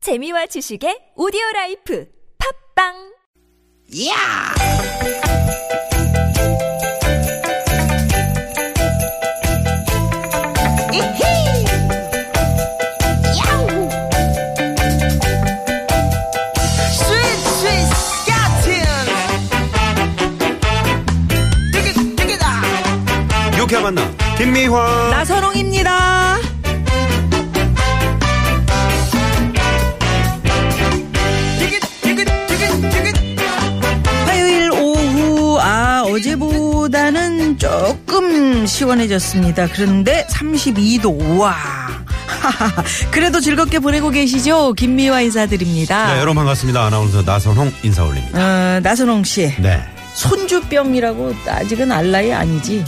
재미와 지식의 오디오 라이프 팝빵 야! 이히! 야우! 스윗 스윗 같은 뜨기 뜨기다 유쾌한 만남 김미화 나선홍입니다. 뜨기 뜨기 뜨기 뜨기 화요일 오후 아 어제보다는 조금 시원해졌습니다. 그런데 32도 와. 그래도 즐겁게 보내고 계시죠? 김미화 네, 인사드립니다. 여러분 반갑습니다 아나운서 나선홍 인사 올립니다 어, 나선홍 씨 네 손주병이라고 아직은 알 나이 아니지?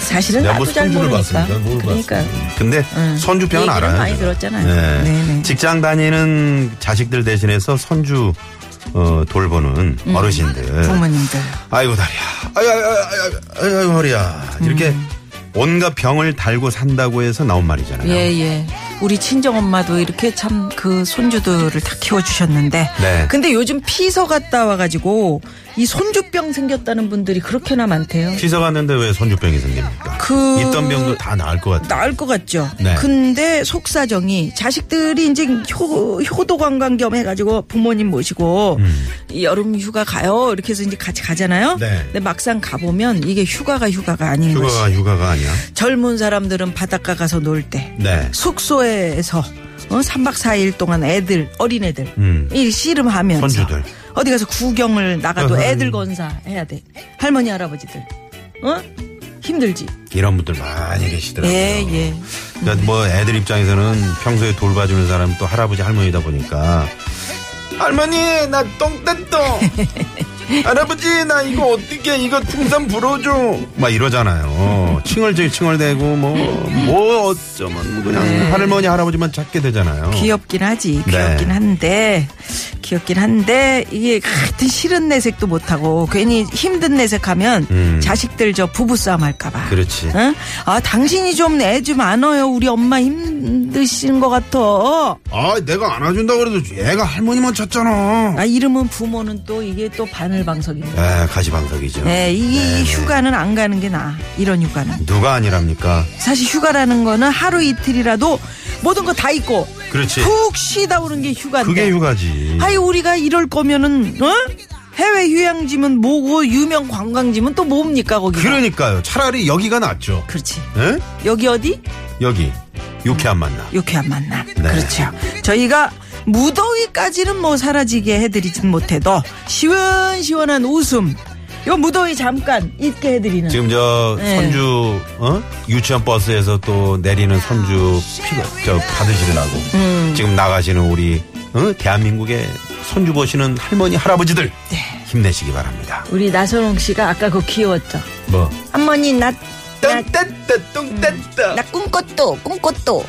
사실은 내가 나도 뭐 잘 손주를 모르니까. 봤습니까 뭘 그러니까 봤습니까 근데 응. 손주병은 얘기는 알아요 많이 저는. 들었잖아요. 네네. 직장 다니는 자식들 대신해서 손주 어, 돌보는 어르신들 음. 부모님들. 아이고 다리야 아유 아유 아유 아유, 아유 허리야 음. 이렇게 온갖 병을 달고 산다고 해서 나온 말이잖아요 예, 예. 우리 친정엄마도 이렇게 참 그 손주들을 다 키워주셨는데. 네. 근데 요즘 피서 갔다 와가지고 이 손주병 생겼다는 분들이 그렇게나 많대요. 피서 갔는데 왜 손주병이 생깁니까 그- 있던 병도 다 나을 것 같아요 나을 것 같죠? 네. 근데 속사정이 자식들이 이제 효, 효도 관광 겸 해가지고 부모님 모시고 이 여름 휴가 가요. 이렇게 해서 이제 같이 가잖아요. 음. 네. 근데 막상 가보면 이게 휴가가 휴가가 아닌 거지. 휴가가 휴가가 아니야 젊은 사람들은 바닷가 가서 놀 때. 네 숙소에서 어? 3박 4일 동안 애들 어린애들 음. 이 씨름하면서 손주들. 어디 가서 구경을 나가도 어허이. 애들 건사 해야 돼 할머니 할아버지들 어 힘들지 이런 분들 많이 계시더라고요. 예, 예. 그러니까 뭐 애들 입장에서는 평소에 돌봐주는 사람 또 할아버지 할머니다 보니까 할머니 나 똥땡똥 할아버지 나 이거 어떻게 이거 풍선 불어줘 막 이러잖아요. 칭얼질 칭얼대고 뭐 뭐 어쩌면 뭐 그냥 할머니 할아버지만 찾게 되잖아요. 네. 귀엽긴 하지 네. 귀엽긴 한데 귀엽긴 한데 이게 같은 싫은 내색도 못하고 괜히 힘든 내색하면 음. 자식들 저 부부싸움 할까봐 그렇지. 응? 아 당신이 좀 애 좀 안어요 우리 엄마 힘드신 것 같아 아 내가 안아준다 그래도 애가 할머니만 찾잖아. 아 이름은 부모는 또 이게 또 바늘방석입니다. 에 아, 가시방석이죠. 네, 이 네, 네. 휴가는 안 가는 게 나아. 이런 휴가는. 누가 아니랍니까? 사실 휴가라는 거는 하루 이틀이라도 모든 거 다 있고 그렇지. 푹 쉬다 오는 게 휴가인데. 그게 휴가지. 아이 우리가 이럴 거면은 어? 해외 휴양지면 뭐고 유명 관광지면 또 뭡니까 거기가. 음. 그러니까요. 차라리 여기가 낫죠. 그렇지. 예? 여기 어디? 여기 음. 유쾌한 만남. 유쾌한 만남. 네. 그렇죠. 저희가 무더위까지는 뭐 사라지게 해드리진 못해도 시원시원한 웃음. 요 무더위 잠깐 잊게 해드리는. 지금 저 네. 손주 어? 유치원 버스에서 또 내리는 손주 피가 저 받으시느라고 음. 지금 나가시는 우리 어? 대한민국의 손주 보시는 할머니 할아버지들 네. 힘내시기 바랍니다. 우리 나선홍 씨가 아까 그거 귀여웠죠. 뭐 할머니 나, 나, 똥떼떼 똥떼떼. 나 꿈꽃도, 꿈꽃도.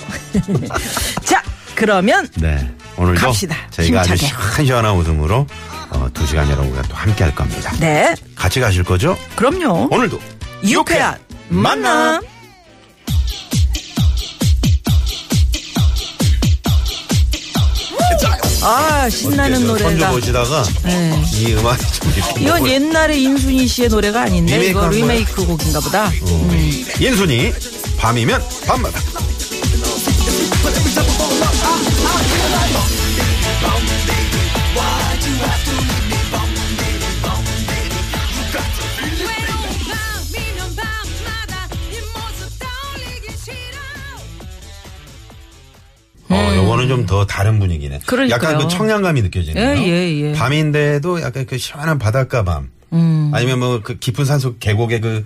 자, 그러면 네 오늘도 갑시다. 저희가 아주 힘차게. 시원시원한 웃음으로 어, 두 시간 여러분과 또 함께할 겁니다. 네, 같이 가실 거죠? 그럼요. 오늘도 유쾌한 만남. 아, 신나는 어떻게 해서 노래가. 손주 보시다가 네. 이 음악이 좀 이렇게 이건 옛날에 인순이 씨의 노래가 아닌데 리메이크 이거 한 거야. 어. 리메이크 곡인가 보다. 인순이 밤이면 밤마다 외로운 밤이면 밤마다 이 모습 떠올리기 싫어 어, 요거는 좀 더 다른 분위기네. 음. 그러니까요. 약간 그 청량감이 느껴지네요. 예, 예, 예. 밤인데도 약간 그 시원한 바닷가 밤. 음. 아니면 뭐 그 깊은 산속 계곡의 그,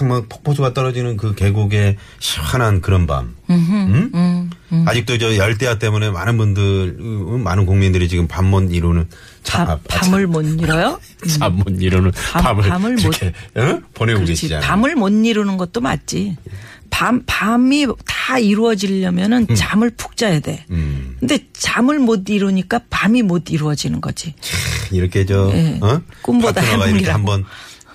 하, 뭐 폭포수가 떨어지는 그 계곡의 시원한 그런 밤. 음? 아직도 저 열대야 때문에 많은 분들, 음, 많은 국민들이 지금 밤 못 이루는 참, 밤, 밤을 못 이뤄요? 잠못 이루는 밤- 밤을, 밤을 못- 이렇게 어? 보내고 그렇지. 계시잖아요. 밤을 못 이루는 것도 맞지. 밤, 밤이 다 이루어지려면은 잠을 푹 자야 돼. 음. 근데 잠을 못 이루니까 밤이 못 이루어지는 거지. 이렇게 저 예. 어? 꿈보다 파트너가 이렇게 행복이라고. 음. 한번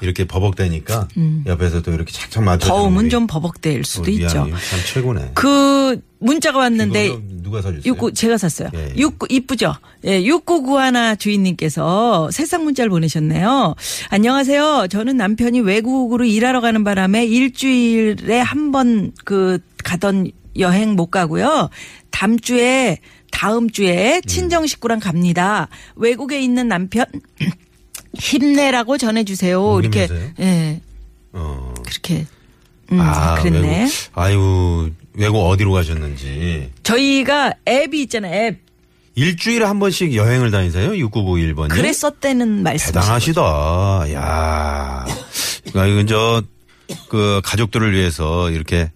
이렇게 버벅대니까 옆에서 또 이렇게 착착 맞춰. 더움은 좀 버벅대일 수도 어, 있죠. 참 최고네. 그 문자가 왔는데 이거 누가 사줬어요? 육구 제가 샀어요. 예, 예. 육구 이쁘죠. 예, 육구구하나 주인님께서 세상 문자를 보내셨네요. 안녕하세요. 저는 남편이 외국으로 일하러 가는 바람에 일주일에 한 번 그 가던 여행 못 가고요. 다음 주에 다음 주에 친정 식구랑 갑니다. 외국에 있는 남편 힘내라고 음, 전해주세요. 이렇게 울리면서요? 예 어. 그렇게 음, 아, 그랬네. 외국, 아유, 외국 어디로 가셨는지. 저희가 앱이 있잖아요. 앱 일주일에 한 번씩 여행을 다니세요? 6991번이. 그랬었다는 말씀. 대단하시다. 야. 그러니까 이건 저그 가족들을 위해서 이렇게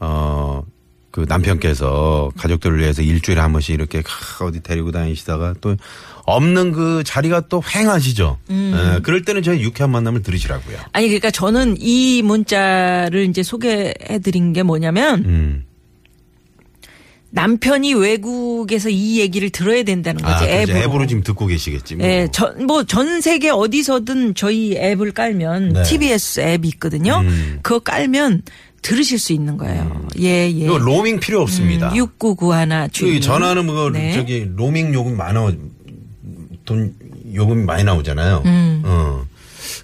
어그 남편께서 가족들을 위해서 일주일에 한 번씩 이렇게 캬, 어디 데리고 다니시다가 또 없는 그 자리가 또 횡하시죠. 음. 예, 그럴 때는 저희 유쾌한 만남을 들으시라고요. 아니 그러니까 저는 이 문자를 이제 소개해드린 게 뭐냐면 음. 남편이 외국에서 이 얘기를 들어야 된다는 아, 거지 그럼 이제 앱으로. 앱으로 지금 듣고 계시겠지. 뭐. 예, 전, 뭐, 전 세계 어디서든 저희 앱을 깔면, 네. TBS 앱이 있거든요. 음. 그거 깔면 들으실 수 있는 거예요. 예, 예. 이거 로밍 필요 없습니다. 6991 저기 주인. 전화는 뭐 네. 저기 로밍 요금 많아 돈 요금이 많이 나오잖아요. 어.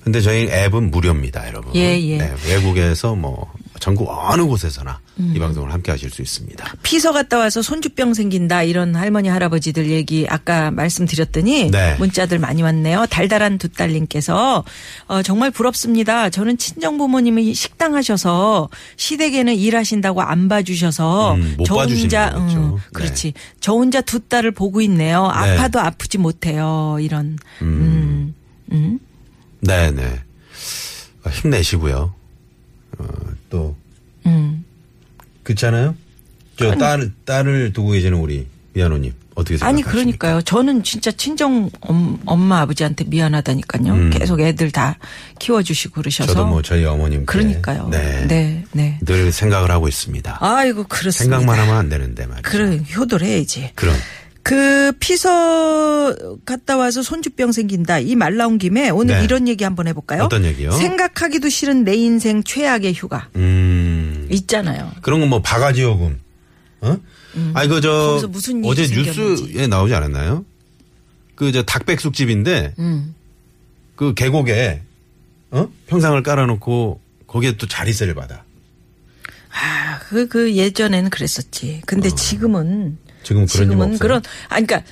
근데 저희 앱은 무료입니다, 여러분. 음. 예, 예. 네, 외국에서 뭐 전국 어느 곳에서나 음. 이 방송을 함께 하실 수 있습니다. 피서 갔다 와서 손주병 생긴다 이런 할머니 할아버지들 얘기 아까 말씀드렸더니 네. 문자들 많이 왔네요. 달달한 두 딸님께서 어, 정말 부럽습니다. 저는 친정 부모님이 식당하셔서 시댁에는 일하신다고 안 봐주셔서 음, 못 봐주시는 거겠죠. 네. 그렇지 저 혼자 두 딸을 보고 있네요. 네. 음, 아파도 아프지 못해요. 이런 음, 네, 네. 어, 힘내시고요. 어, 또 음. 그렇잖아요. 저 딸, 딸을 두고 계시는 우리 미아노님 어떻게 생각하십니까? 아니 그러니까요. 저는 진짜 친정 엄, 엄마 아버지한테 미안하다니까요. 계속 애들 다 키워주시고 그러셔서 음. 저도 뭐 저희 어머님께 그러니까요. 네. 네, 네. 늘 생각을 하고 있습니다. 아이고 그렇습니다. 생각만 하면 안 되는데 말이죠. 그래 효도를 해야지. 그럼. 그 피서 갔다 와서 손주병 생긴다. 이 말 나온 김에 오늘 네. 이런 얘기 한번 해볼까요? 어떤 얘기요? 생각하기도 싫은 내 인생 최악의 휴가 음. 있잖아요. 그런 거 뭐 바가지 요금. 어? 아니 그저 음, 거기서 무슨 일이 어제 생겼는지. 뉴스에 나오지 않았나요? 그 저 닭백숙집인데 음. 그 계곡에 어? 평상을 깔아 놓고 거기에 또 자리세를 받아. 아, 그, 그 예전에는 그랬었지. 근데 지금은 어. 지금은 그런 일 없어요? 그런 아 그러니까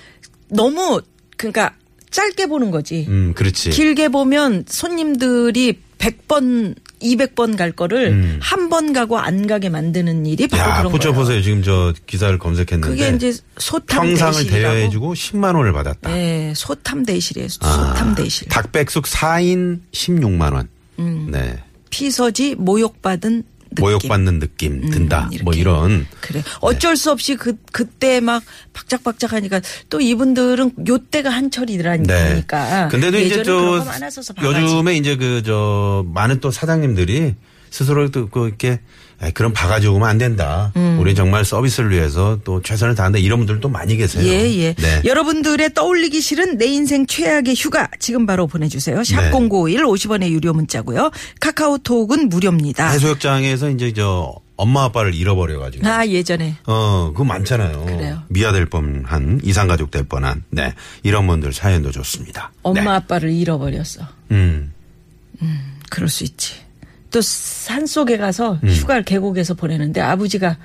너무 그러니까 짧게 보는 거지. 음, 그렇지. 길게 보면 손님들이 100번 200번 갈 거를 한 번 가고 안 가게 만드는 일이 바로 음. 야, 그런 포쳐 거예요. 보세요. 지금 저 기사를 검색했는데 그게 이제 소탐 평상을 대실이라고. 대여해 주고 10만 원을 받았다. 네, 소탐 대실이에요. 아, 소탐 대실. 음. 닭백숙 4인 16만 원. 네. 피서지 모욕받은 느낌. 음, 모욕받는 느낌 든다. 이렇게. 뭐 이런 그래. 어쩔 수 없이 그 그때 막 박짝박짝하니까 또 이분들은 요때가 네. 한철이라니까. 근데도 이제 저 요즘 요즘에 이제 그 저 많은 또 사장님들이 스스로 또그 이렇게 에이, 그런 바가지 오면 안 된다. 음. 우리 정말 서비스를 위해서 또 최선을 다한다. 이런 분들도 많이 계세요. 예, 예. 네. 여러분들의 떠올리기 싫은 내 인생 최악의 휴가 지금 바로 보내주세요. 네. 샵0951 50원의 유료 문자고요. 카카오톡은 무료입니다. 해수욕장에서 이제 저 엄마 아빠를 잃어버려 가지고 아, 예전에. 어, 그거 많잖아요. 그래요. 미아될 뻔한 이상가족 될 뻔한 네. 이런 분들 사연도 좋습니다. 엄마 네. 아빠를 잃어버렸어. 음. 그럴 수 있지. 또 산속에 가서 음. 휴가를 계곡에서 보내는데 아버지가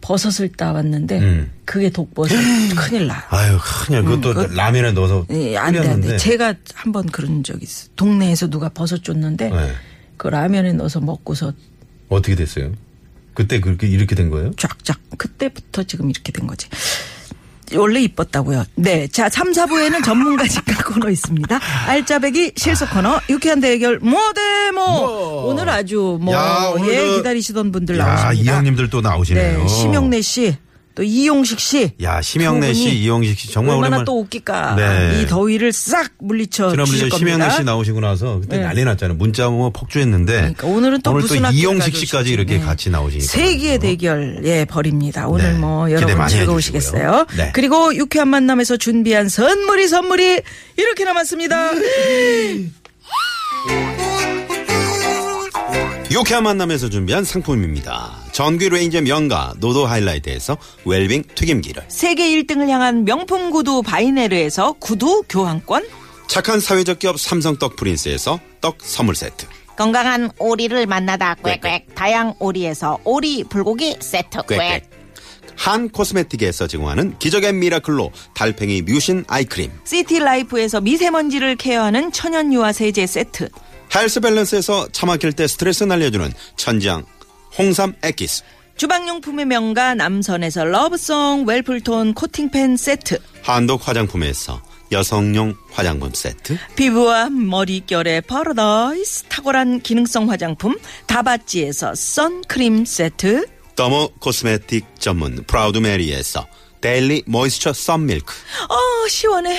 버섯을 따왔는데 음. 그게 독버섯. 큰일 나. 아유, 큰일. 그것도 라면에 넣어서 음, 예, 안 돼, 안 끓였는데. 돼. 제가 한 번 그런 적이 있어. 동네에서 누가 버섯 줬는데 네. 그 라면에 넣어서 먹고서 어떻게 됐어요? 그때 그렇게 이렇게 된 거예요? 쫙쫙. 그때부터 지금 이렇게 된 거지. 원래 이뻤다고요. 네. 자, 3, 4부에는 전문가 직각 코너 있습니다. 알짜배기 실속 코너, 유쾌한 대결, 뭐 대모! 오늘 아주 뭐, 야, 오늘 예, 저- 기다리시던 분들 야, 나오십니다. 이 형님들 또 나오시네요. 네. 심영래 씨, 또 이용식 씨. 야, 심영래 두 분이 씨, 이용식 씨 정말 얼마나 오랜만에 또 웃길까. 네. 이 더위를 싹 물리쳐 지난번에 주실 저 겁니다. 심영래 씨 나오시고 나서 그때 네. 난리 났잖아요. 문자 뭐 폭주했는데. 그러니까 오늘은 또 오늘 무슨 학교 이용식 가죠, 씨까지 진짜. 이렇게 네. 같이 나오시니까. 그렇죠. 세기의 대결 예 벌입니다. 오늘 네. 뭐 기대 여러분 많이 즐거우시겠어요. 해주시고요. 네. 그리고 유쾌한 만남에서 준비한 음. 선물이 선물이 이렇게 남았습니다. 유쾌한 만남에서 준비한 상품입니다. 전기 레인저 명가 노도 하이라이트에서 웰빙 튀김기를 세계 1등을 향한 명품 구두 바이네르에서 구두 교환권 착한 사회적 기업 삼성 떡 프린스에서 떡 선물 세트 건강한 오리를 만나다 꽥꽥 다양 오리에서 오리 불고기 세트 꽥꽥 꽥꽥 한 코스메틱에서 제공하는 기적의 미라클로 달팽이 뮤신 아이크림 시티라이프에서 미세먼지를 케어하는 천연 유화 세제 세트 헬스 밸런스에서 차 막힐 때 스트레스 날려주는 천장 홍삼 액기스 주방용품의 명가 남선에서 러브송 웰플톤 코팅팬 세트 한독 화장품에서 여성용 화장품 세트 피부와 머릿결의 파라다이스 탁월한 기능성 화장품 다바찌에서 선크림 세트 더모 코스메틱 전문 프라우드 메리에서 데일리 모이스처 썬밀크 어 시원해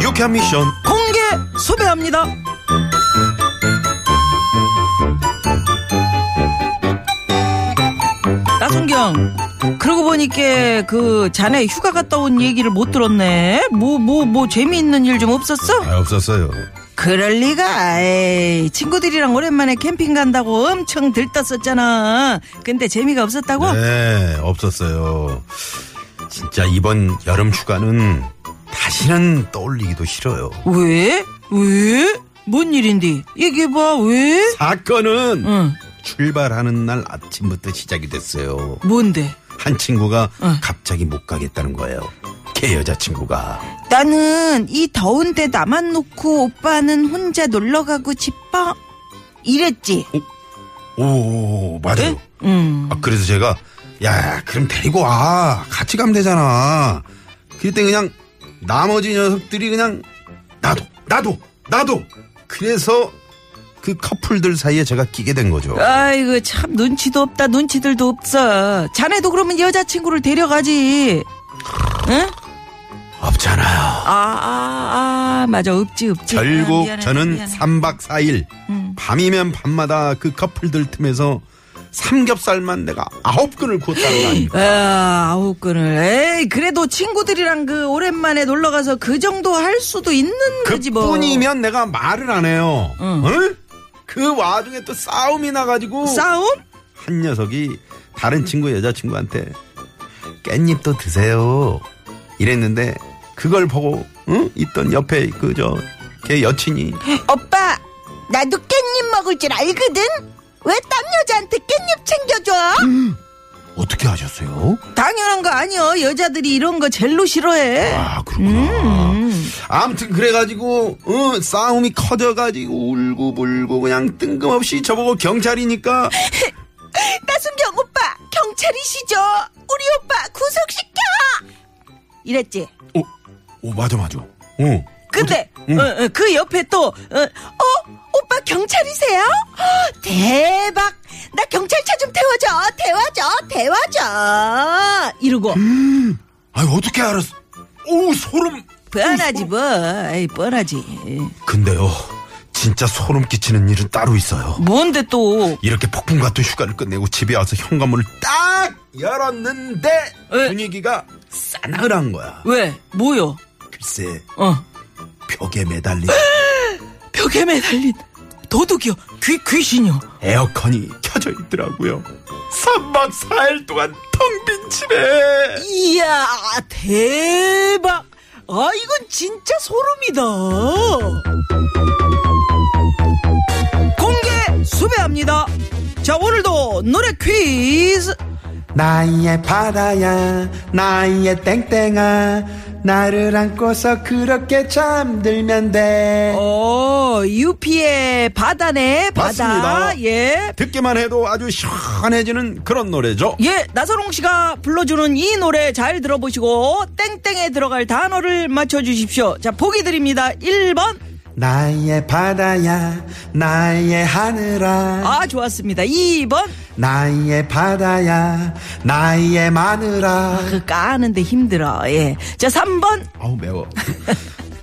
유쾌한 미션 공개 소배합니다. 나순경 그러고 보니까 그 자네 휴가 갔다 온 얘기를 못 들었네. 뭐 뭐 뭐 재미있는 일 좀 없었어? 아, 없었어요. 그럴 리가. 에이, 친구들이랑 오랜만에 캠핑 간다고 엄청 들떴었잖아. 근데 재미가 없었다고? 네, 없었어요. 진짜 이번 여름 휴가는 다시는 떠올리기도 싫어요. 왜? 왜? 뭔 일인데? 얘기해봐. 왜? 사건은 응. 출발하는 날 아침부터 시작이 됐어요. 뭔데? 한 친구가 응. 갑자기 못 가겠다는 거예요. 걔 여자친구가. 나는 이 더운데 나만 놓고 오빠는 혼자 놀러 가고 싶어. 이랬지. 오, 맞아요. 음. 아, 그래서 제가 야 그럼 데리고 와 같이 가면 되잖아 그때 그냥 나머지 녀석들이 그냥 나도 나도 나도 그래서 그 커플들 사이에 제가 끼게 된 거죠 아이고 참 눈치도 없다 눈치들도 없어. 자네도 그러면 여자친구를 데려가지. 응? 없잖아요 아, 아, 아, 맞아. 없지, 없지. 결국 아, 미안해, 저는 미안해. 음. 3박 4일 밤이면 밤마다 그 커플들 틈에서 삼겹살만 내가 아홉 근을 구웠다는 거 아닙니까 아, 아홉 근을. 에이, 그래도 친구들이랑 그 오랜만에 놀러 가서 그 정도 할 수도 있는 거지 뭐. 그뿐이면 내가 말을 안 해요 응. 응? 그 와중에 또 싸움이 나가지고 싸움? 한 녀석이 다른 친구 여자친구한테 깻잎도 드세요 이랬는데 그걸 보고 응? 있던 옆에 그 저 걔 여친이 오빠 나도 깻잎 먹을 줄 알거든 왜 딴 여자한테 깻잎 챙겨줘 어떻게 하셨어요? 당연한 거 아니여. 여자들이 이런 거 젤로 싫어해. 아 그렇구나 아무튼 그래가지고 응, 싸움이 커져가지고 울고불고 그냥 뜬금없이 저보고 경찰이니까 나순경 오빠 경찰이시죠 우리 오빠 구속시켜 이랬지. 오, 오 어, 맞아 어. 맞아 응. 근데 응. 어, 어, 그 옆에 또 어, 어? 오빠 경찰이세요? 허, 대박. 나 경찰차 좀 태워줘. 태워줘. 태워줘. 이러고 아니 어떻게 알았어 오 소름 뻔하지 뭐. 에이, 뻔하지. 근데요 진짜 소름 끼치는 일은 따로 있어요 뭔데 또? 이렇게 폭풍 같은 휴가를 끝내고 집에 와서 현관문을 딱 열었는데 에? 분위기가 싸늘한 거야. 왜? 뭐요? 글쎄 어. 벽에 매달린 벽에 매달린 도둑이요. 귀 귀신이요. 에어컨이 켜져 있더라고요. 3박 4일 동안 텅 빈 집에 이야, 대박. 아, 이건 진짜 소름이다. 공개 수배합니다. 자, 오늘도 노래 퀴즈. 나의 바다야 나의 땡땡아 나를 안고서 그렇게 잠들면 돼 어, 유피의 바다네 바다. 맞습니다. 예. 듣기만 해도 아주 시원해지는 그런 노래죠. 예, 나선홍 씨가 불러주는 이 노래 잘 들어보시고 땡땡에 들어갈 단어를 맞춰 주십시오. 자, 보기 드립니다. 1번. 나의 바다야 나의 하늘아 아, 좋았습니다. 2번. 나의 바다야 나의 마늘아 그 까는데 힘들어. 예. 자, 3번. 아우 매워.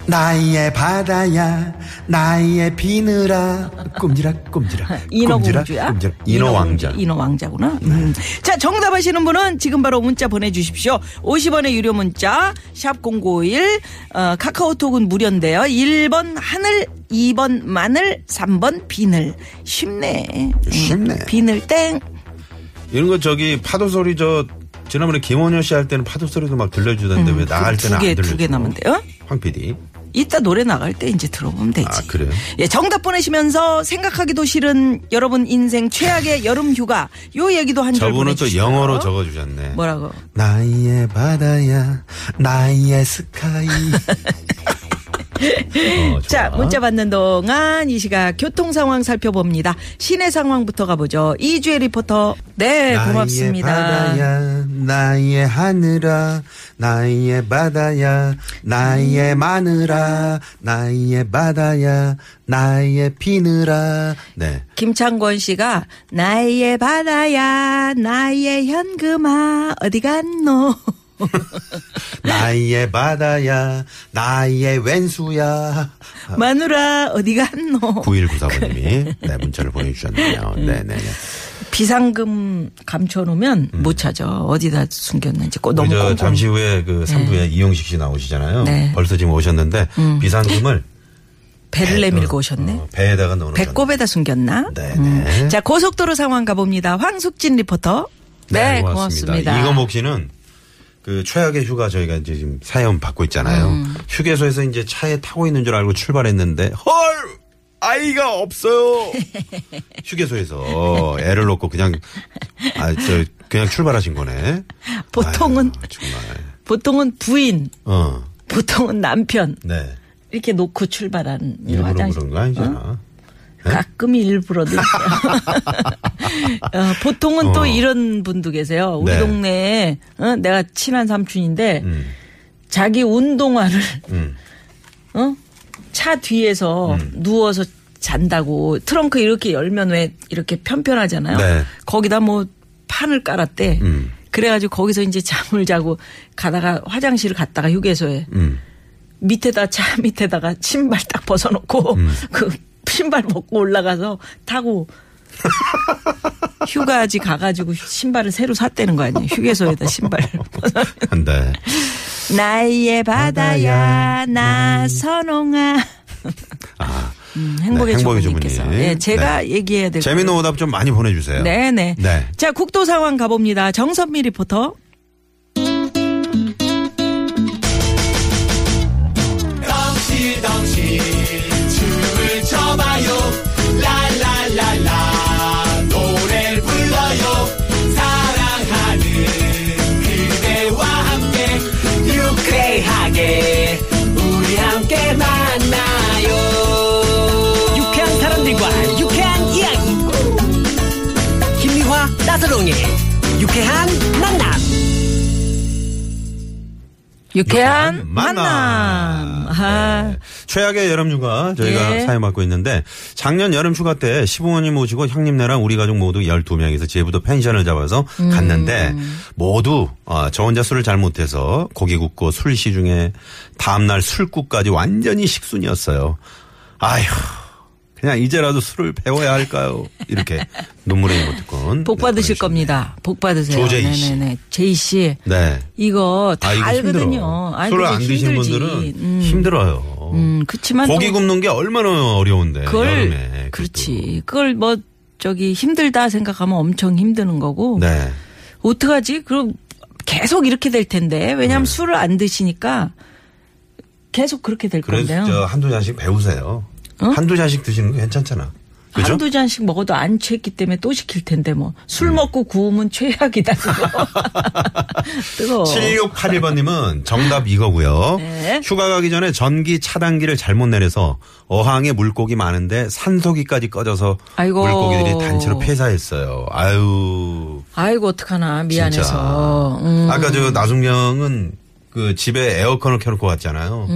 나의 바다야 나의 비늘아 꼼지락 꼼지락 꼼지락 인어공주야? 꼼지락 인어 인어공주, 왕자. 인어 왕자구나. 음. 자, 정답 하시는 분은 지금 바로 문자 보내주십시오. 50원의 유료 문자, 샵0951, 어, 카카오톡은 무료인데요. 1번 하늘, 2번 마늘, 3번 비늘. 쉽네. 음, 쉽네. 비늘 땡. 이런 거 저기 파도 소리 저 지난번에 김원효 씨 할 때는 파도 소리도 막 들려주던데 왜 나 할 때는 음, 두 개, 안 들려? 두 개 남은데요? 황 PD. 이따 노래 나갈 때 이제 들어보면 되지. 아, 그래요? 예, 정답 보내시면서 생각하기도 싫은 여러분 인생 최악의 여름 휴가. 요 얘기도 한 줄 저분은 또 보내주시고요. 영어로 적어주셨네. 뭐라고? 나의 바다야 나의 스카이 어, 좋아. 자, 문자 받는 동안 이 시각 교통 상황 살펴봅니다. 시내 상황부터 가보죠. 이주혜 리포터. 네, 나의 고맙습니다. 바다야 나의 하늘아 나의 바다야 나의 음. 마늘아 나의 바다야 나의 비늘아 네. 김창권 씨가 나의 바다야, 나의 현금아, 어디 갔노? 나의 바다야 나의 왼수야 아. 마누라, 어디 갔노? 9194번님이 네, 문자를 보내주셨네요. 음. 네네네. 비상금 감춰놓으면 못 찾아. 어디다 숨겼는지 꼭 너무 음. 우리 저 꼼꼼히. 잠시 후에 그 3부에 이용식 씨 나오시잖아요. 네. 벌써 지금 오셨는데 비상금을 배를 내밀고 오셨네. 어, 배에다가 넣어놓으셨네. 배꼽에다 숨겼나? 음. 네네. 자, 고속도로 상황 가봅니다. 황숙진 리포터. 네, 고맙습니다. 이거목 뭐 씨는 그 최악의 휴가 저희가 이제 지금 사연 받고 있잖아요. 음. 휴게소에서 이제 차에 타고 있는 줄 알고 출발했는데 헐 아이가 없어요. 휴게소에서 애를 놓고 그냥 아 저 그냥 출발하신 거네. 보통은- 아유, 정말 보통은 부인, 어 보통은 남편 네. 이렇게 놓고 출발하는 일부러 네? 화장실. 어? 그런 거 아니잖아. 가끔 일부러도 있어요. 어, 보통은 어. 또 이런 분도 계세요. 우리 네. 동네에 어, 내가 친한 삼촌인데 음. 자기 운동화를 음. 어? 차 뒤에서 누워서 잔다고 트렁크 이렇게 열면 왜 이렇게 편편하잖아요. 네. 거기다 뭐 판을 깔았대. 음. 그래가지고 거기서 이제 잠을 자고 가다가 화장실 을 갔다가 휴게소에 음. 밑에다 차 밑에다가 신발 딱 벗어놓고 그 신발 벗고 올라가서 타고 휴가지 가가지고 신발을 새로 샀다는 거 아니에요? 휴게소에다 신발을 벗어. 네. 나의 바다야 나 선홍아. 아. 음, 행복의 네, 행복의 주부님께서 주부님. 예, 제가 네. 얘기해야 될 재미있는 오답 좀 많이 보내주세요. 네네. 네. 자 국도 상황 가봅니다. 정선미 리포터. 유쾌한 사람들과 유쾌한 이야기. 김미화 나서롱의 유쾌한 만남. 유쾌한 만남. 아, 네. 최악의 여름 휴가 저희가 예. 사연 받고 있는데 작년 여름 휴가 때 시부모님 모시고 형님네랑 우리 가족 모두 12명이서 제부도 펜션을 잡아서 음. 갔는데 모두 어, 저 혼자 술을 잘 못해서 고기 굽고 술시 중에 다음날 술국까지 완전히 식순이었어요. 아휴 그냥 이제라도 술을 배워야 할까요? 이렇게 눈물의 이모티콘 복 네, 받으실 보내주셨네요. 겁니다. 복 받으세요. 조제이 씨. 네네네. 제이 씨. 네. 이거 다 아, 이거 알거든요. 힘들어. 아, 술을 근데 안 드신 힘들지. 분들은 음. 힘들어요. 음, 그치만. 고기 또 굽는 게 얼마나 어려운데 그걸. 여름에 그렇죠. 그것도. 그렇지. 그걸 뭐, 저기 힘들다 생각하면 엄청 힘드는 거고. 네. 어떡하지? 그럼 계속 이렇게 될 텐데. 왜냐하면 네. 술을 안 드시니까 계속 그렇게 될 그래서 건데요. 어? 저 한두 잔씩 배우세요. 한두 잔씩 드시는 거 괜찮잖아. 그죠? 한두 잔씩 먹어도 안 취했기 때문에 또 시킬 텐데 뭐 술 음. 먹고 구우면 최악이다 그거. 뜨거워. 7681번님은 정답 이거고요. 네. 휴가 가기 전에 전기 차단기를 잘못 내려서 어항에 물고기 많은데 산소기까지 꺼져서 아이고. 물고기들이 단체로 폐사했어요. 아유. 아이고 어떡하나 미안해서. 진짜. 음. 아까 저 나중령은 그 집에 에어컨을 켜놓고 왔잖아요.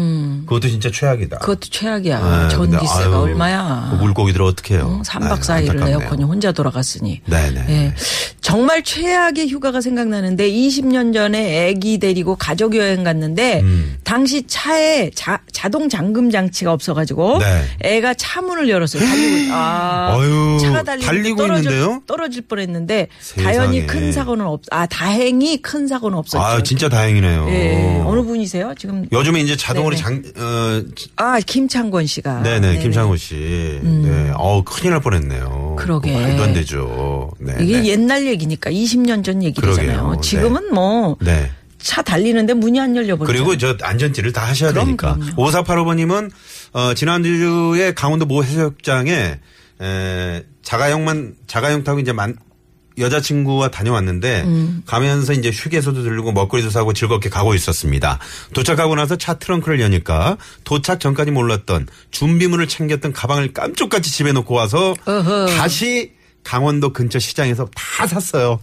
그것도 진짜 최악이다. 음. 그것도 최악이야. 아, 근데 전기세가 아유, 얼마야. 그 물고기들 어떻게 해요? 응, 3박 아유, 4일을 안타깝네요. 에어컨이 혼자 돌아갔으니. 네네. 예. 정말 최악의 휴가가 생각나는데 20년 전에 아기 데리고 가족 여행 갔는데 음. 당시 차에 자, 자동 잠금 장치가 없어가지고 네. 애가 차 문을 열었어요. 달리고, 아, 어휴, 차가 달리고, 달리고 떨어질, 있는데요? 떨어질 뻔했는데 세상에. 다행히 큰 사고는 없. 아 다행히 큰 사고는 없었죠. 아, 진짜 다행이네요. 예. 어느 분이세요? 지금 요즘에 이제 자동으로 네네. 장, 어, 아 김창권 씨가. 네네, 김창호 씨. 네. 어우, 큰일 날 뻔했네요. 그러게. 말도 안 되죠. 네. 이게 예- 네. 옛날 얘기니까 20년 전 얘기잖아요. 그러게요. 지금은 네. 뭐 차 네. 달리는데 문이 안 열려 버리죠. 그리고 저 안전띠를 다 하셔야 그렇죠. 그럼, 되니까. 그럼요. 5485번님은, 어, 지난주에 강원도 모 해수욕장에, 에, 자가용만, 자가용 타고 이제 만, 여자친구와 다녀왔는데 음. 가면서 이제 휴게소도 들르고 먹거리도 사고 즐겁게 가고 있었습니다. 도착하고 나서 차 트렁크를 여니까 도착 전까지 몰랐던 준비물을 챙겼던 가방을 깜짝같이 집에 놓고 와서 다시 강원도 근처 시장에서 다 샀어요.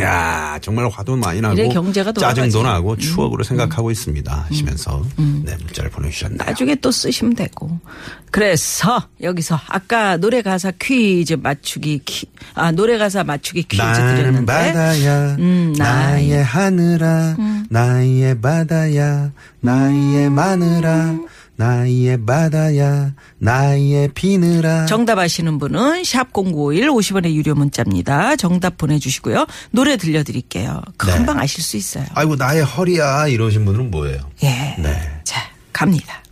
야 정말 화도 많이 나고 음. 이래 경제가 짜증도 돌아가지. 나고 추억으로 음. 생각하고 있습니다 하시면서 네 문자를 보내주셨네요. 나중에 또 쓰시면 되고. 그래서 여기서 아까 노래 가사 퀴즈 맞추기 퀴, 아 노래 가사 맞추기 퀴즈 나는 드렸는데 바다야 음, 나의. 음. 나의 하늘아 나의 바다야 나의 마늘아 나의 바다야 나의 비늘아 정답 아시는 분은 샵 #0951 50원의 유료 문자입니다. 정답 보내주시고요. 노래 들려드릴게요. 네. 금방 아실 수 있어요. 아이고 나의 허리야 이러신 분은 뭐예요? 예, 네. 자 갑니다.